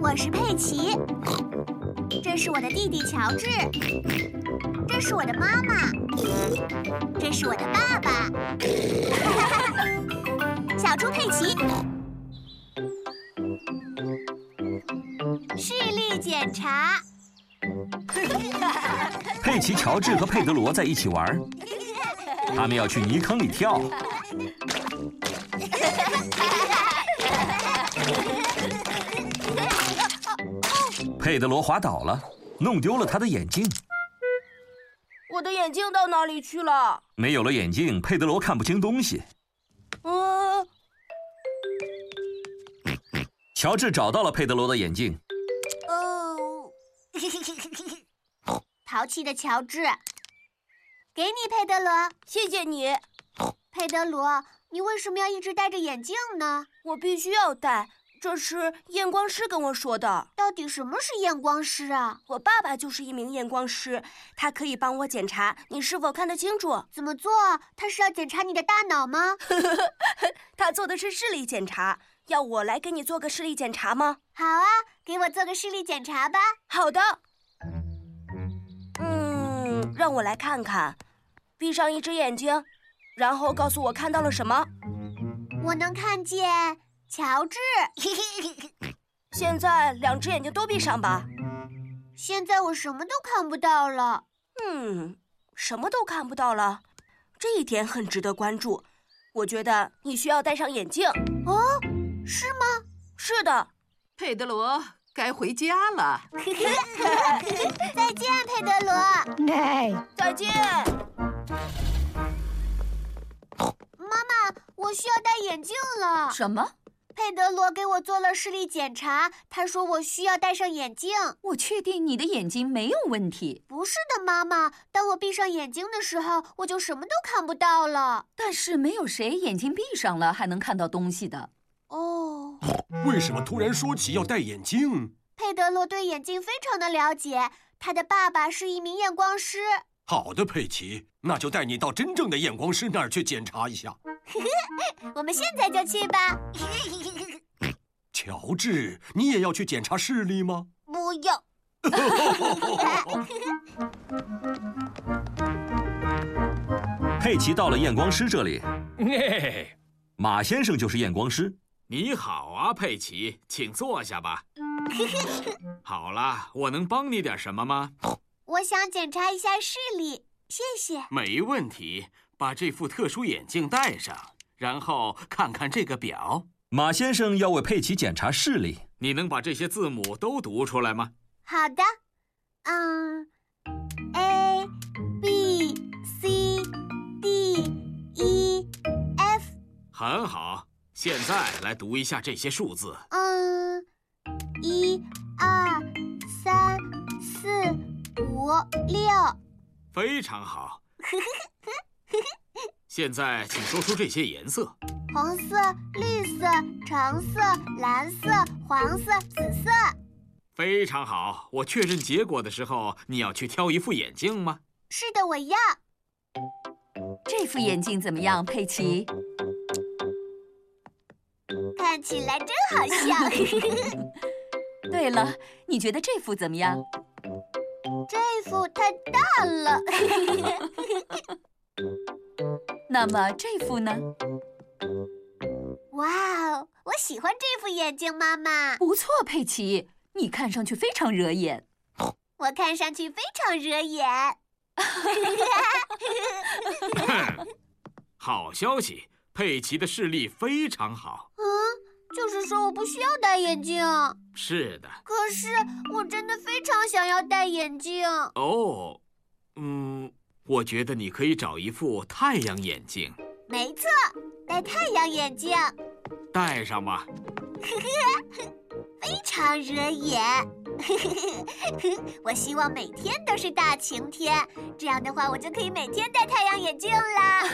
我是佩奇，这是我的弟弟乔治，这是我的妈妈，这是我的爸 爸。小猪佩奇，视力检查。佩奇、乔治和佩德罗在一起玩儿，他们要去泥坑里跳。佩德罗滑倒了，弄丢了他的眼镜。我的眼镜到哪里去了？没有了眼镜，佩德罗看不清东西。哦嗯、乔治找到了佩德罗的眼镜，哦， 淘气的乔治，给你佩德罗。谢谢你，佩德罗，你为什么要一直戴着眼镜呢？我必须要戴。这是验光师跟我说的。到底什么是验光师啊？我爸爸就是一名验光师，他可以帮我检查你是否看得清楚。怎么做啊？他是要检查你的大脑吗？他做的是视力检查，要我来给你做个视力检查吗？好啊，给我做个视力检查吧。好的。嗯，让我来看看。闭上一只眼睛，然后告诉我看到了什么。我能看见乔治。 现在两只眼睛都闭上吧。现在我什么都看不到了。嗯，什么都看不到了，这一点很值得关注。我觉得你需要戴上眼镜。哦，是吗？是的，佩德罗该回家了。再见，佩德罗。再见。妈妈，我需要戴眼镜了。什么？佩德罗给我做了视力检查，他说我需要戴上眼镜。我确定你的眼睛没有问题，不是的，妈妈。当我闭上眼睛的时候，我就什么都看不到了。但是没有谁眼睛闭上了还能看到东西的。哦，为什么突然说起要戴眼镜？佩德罗对眼镜非常的了解，他的爸爸是一名验光师。好的，佩奇，那就带你到真正的验光师那儿去检查一下。我们现在就去吧。乔治，你也要去检查视力吗？不用。 佩奇到了验光师这里，嘿，马先生就是验光师。你好啊，佩奇，请坐下吧。好啦，我能帮你点什么吗？我想检查一下视力，谢谢。没问题，把这副特殊眼镜戴上，然后看看这个表。马先生要为佩奇检查视力。你能把这些字母都读出来吗？好的，嗯，A B C D E F，很好，现在来读一下这些数字。嗯，一二三四五六，非常好。现在请说出这些颜色。红色、绿色、橙色、蓝色、黄色、紫色。非常好，我确认结果的时候，你要去挑一副眼镜吗？ 是的，我要。这副眼镜怎么样，佩奇？看起来真好笑。对了，你觉得这副怎么样？这副太大了。那么这副呢？哇哦，我喜欢这副眼镜，妈妈。不错，佩奇，你看上去非常惹眼。我看上去非常惹眼。好消息，佩奇的视力非常好。就是说我不需要戴眼镜，是的，可是我真的非常想要戴眼镜。哦，嗯，我觉得你可以找一副太阳眼镜没错，戴太阳眼镜戴上吧。非常惹眼。 我希望每天都是大晴天，这样的话我就可以每天戴太阳眼镜啦。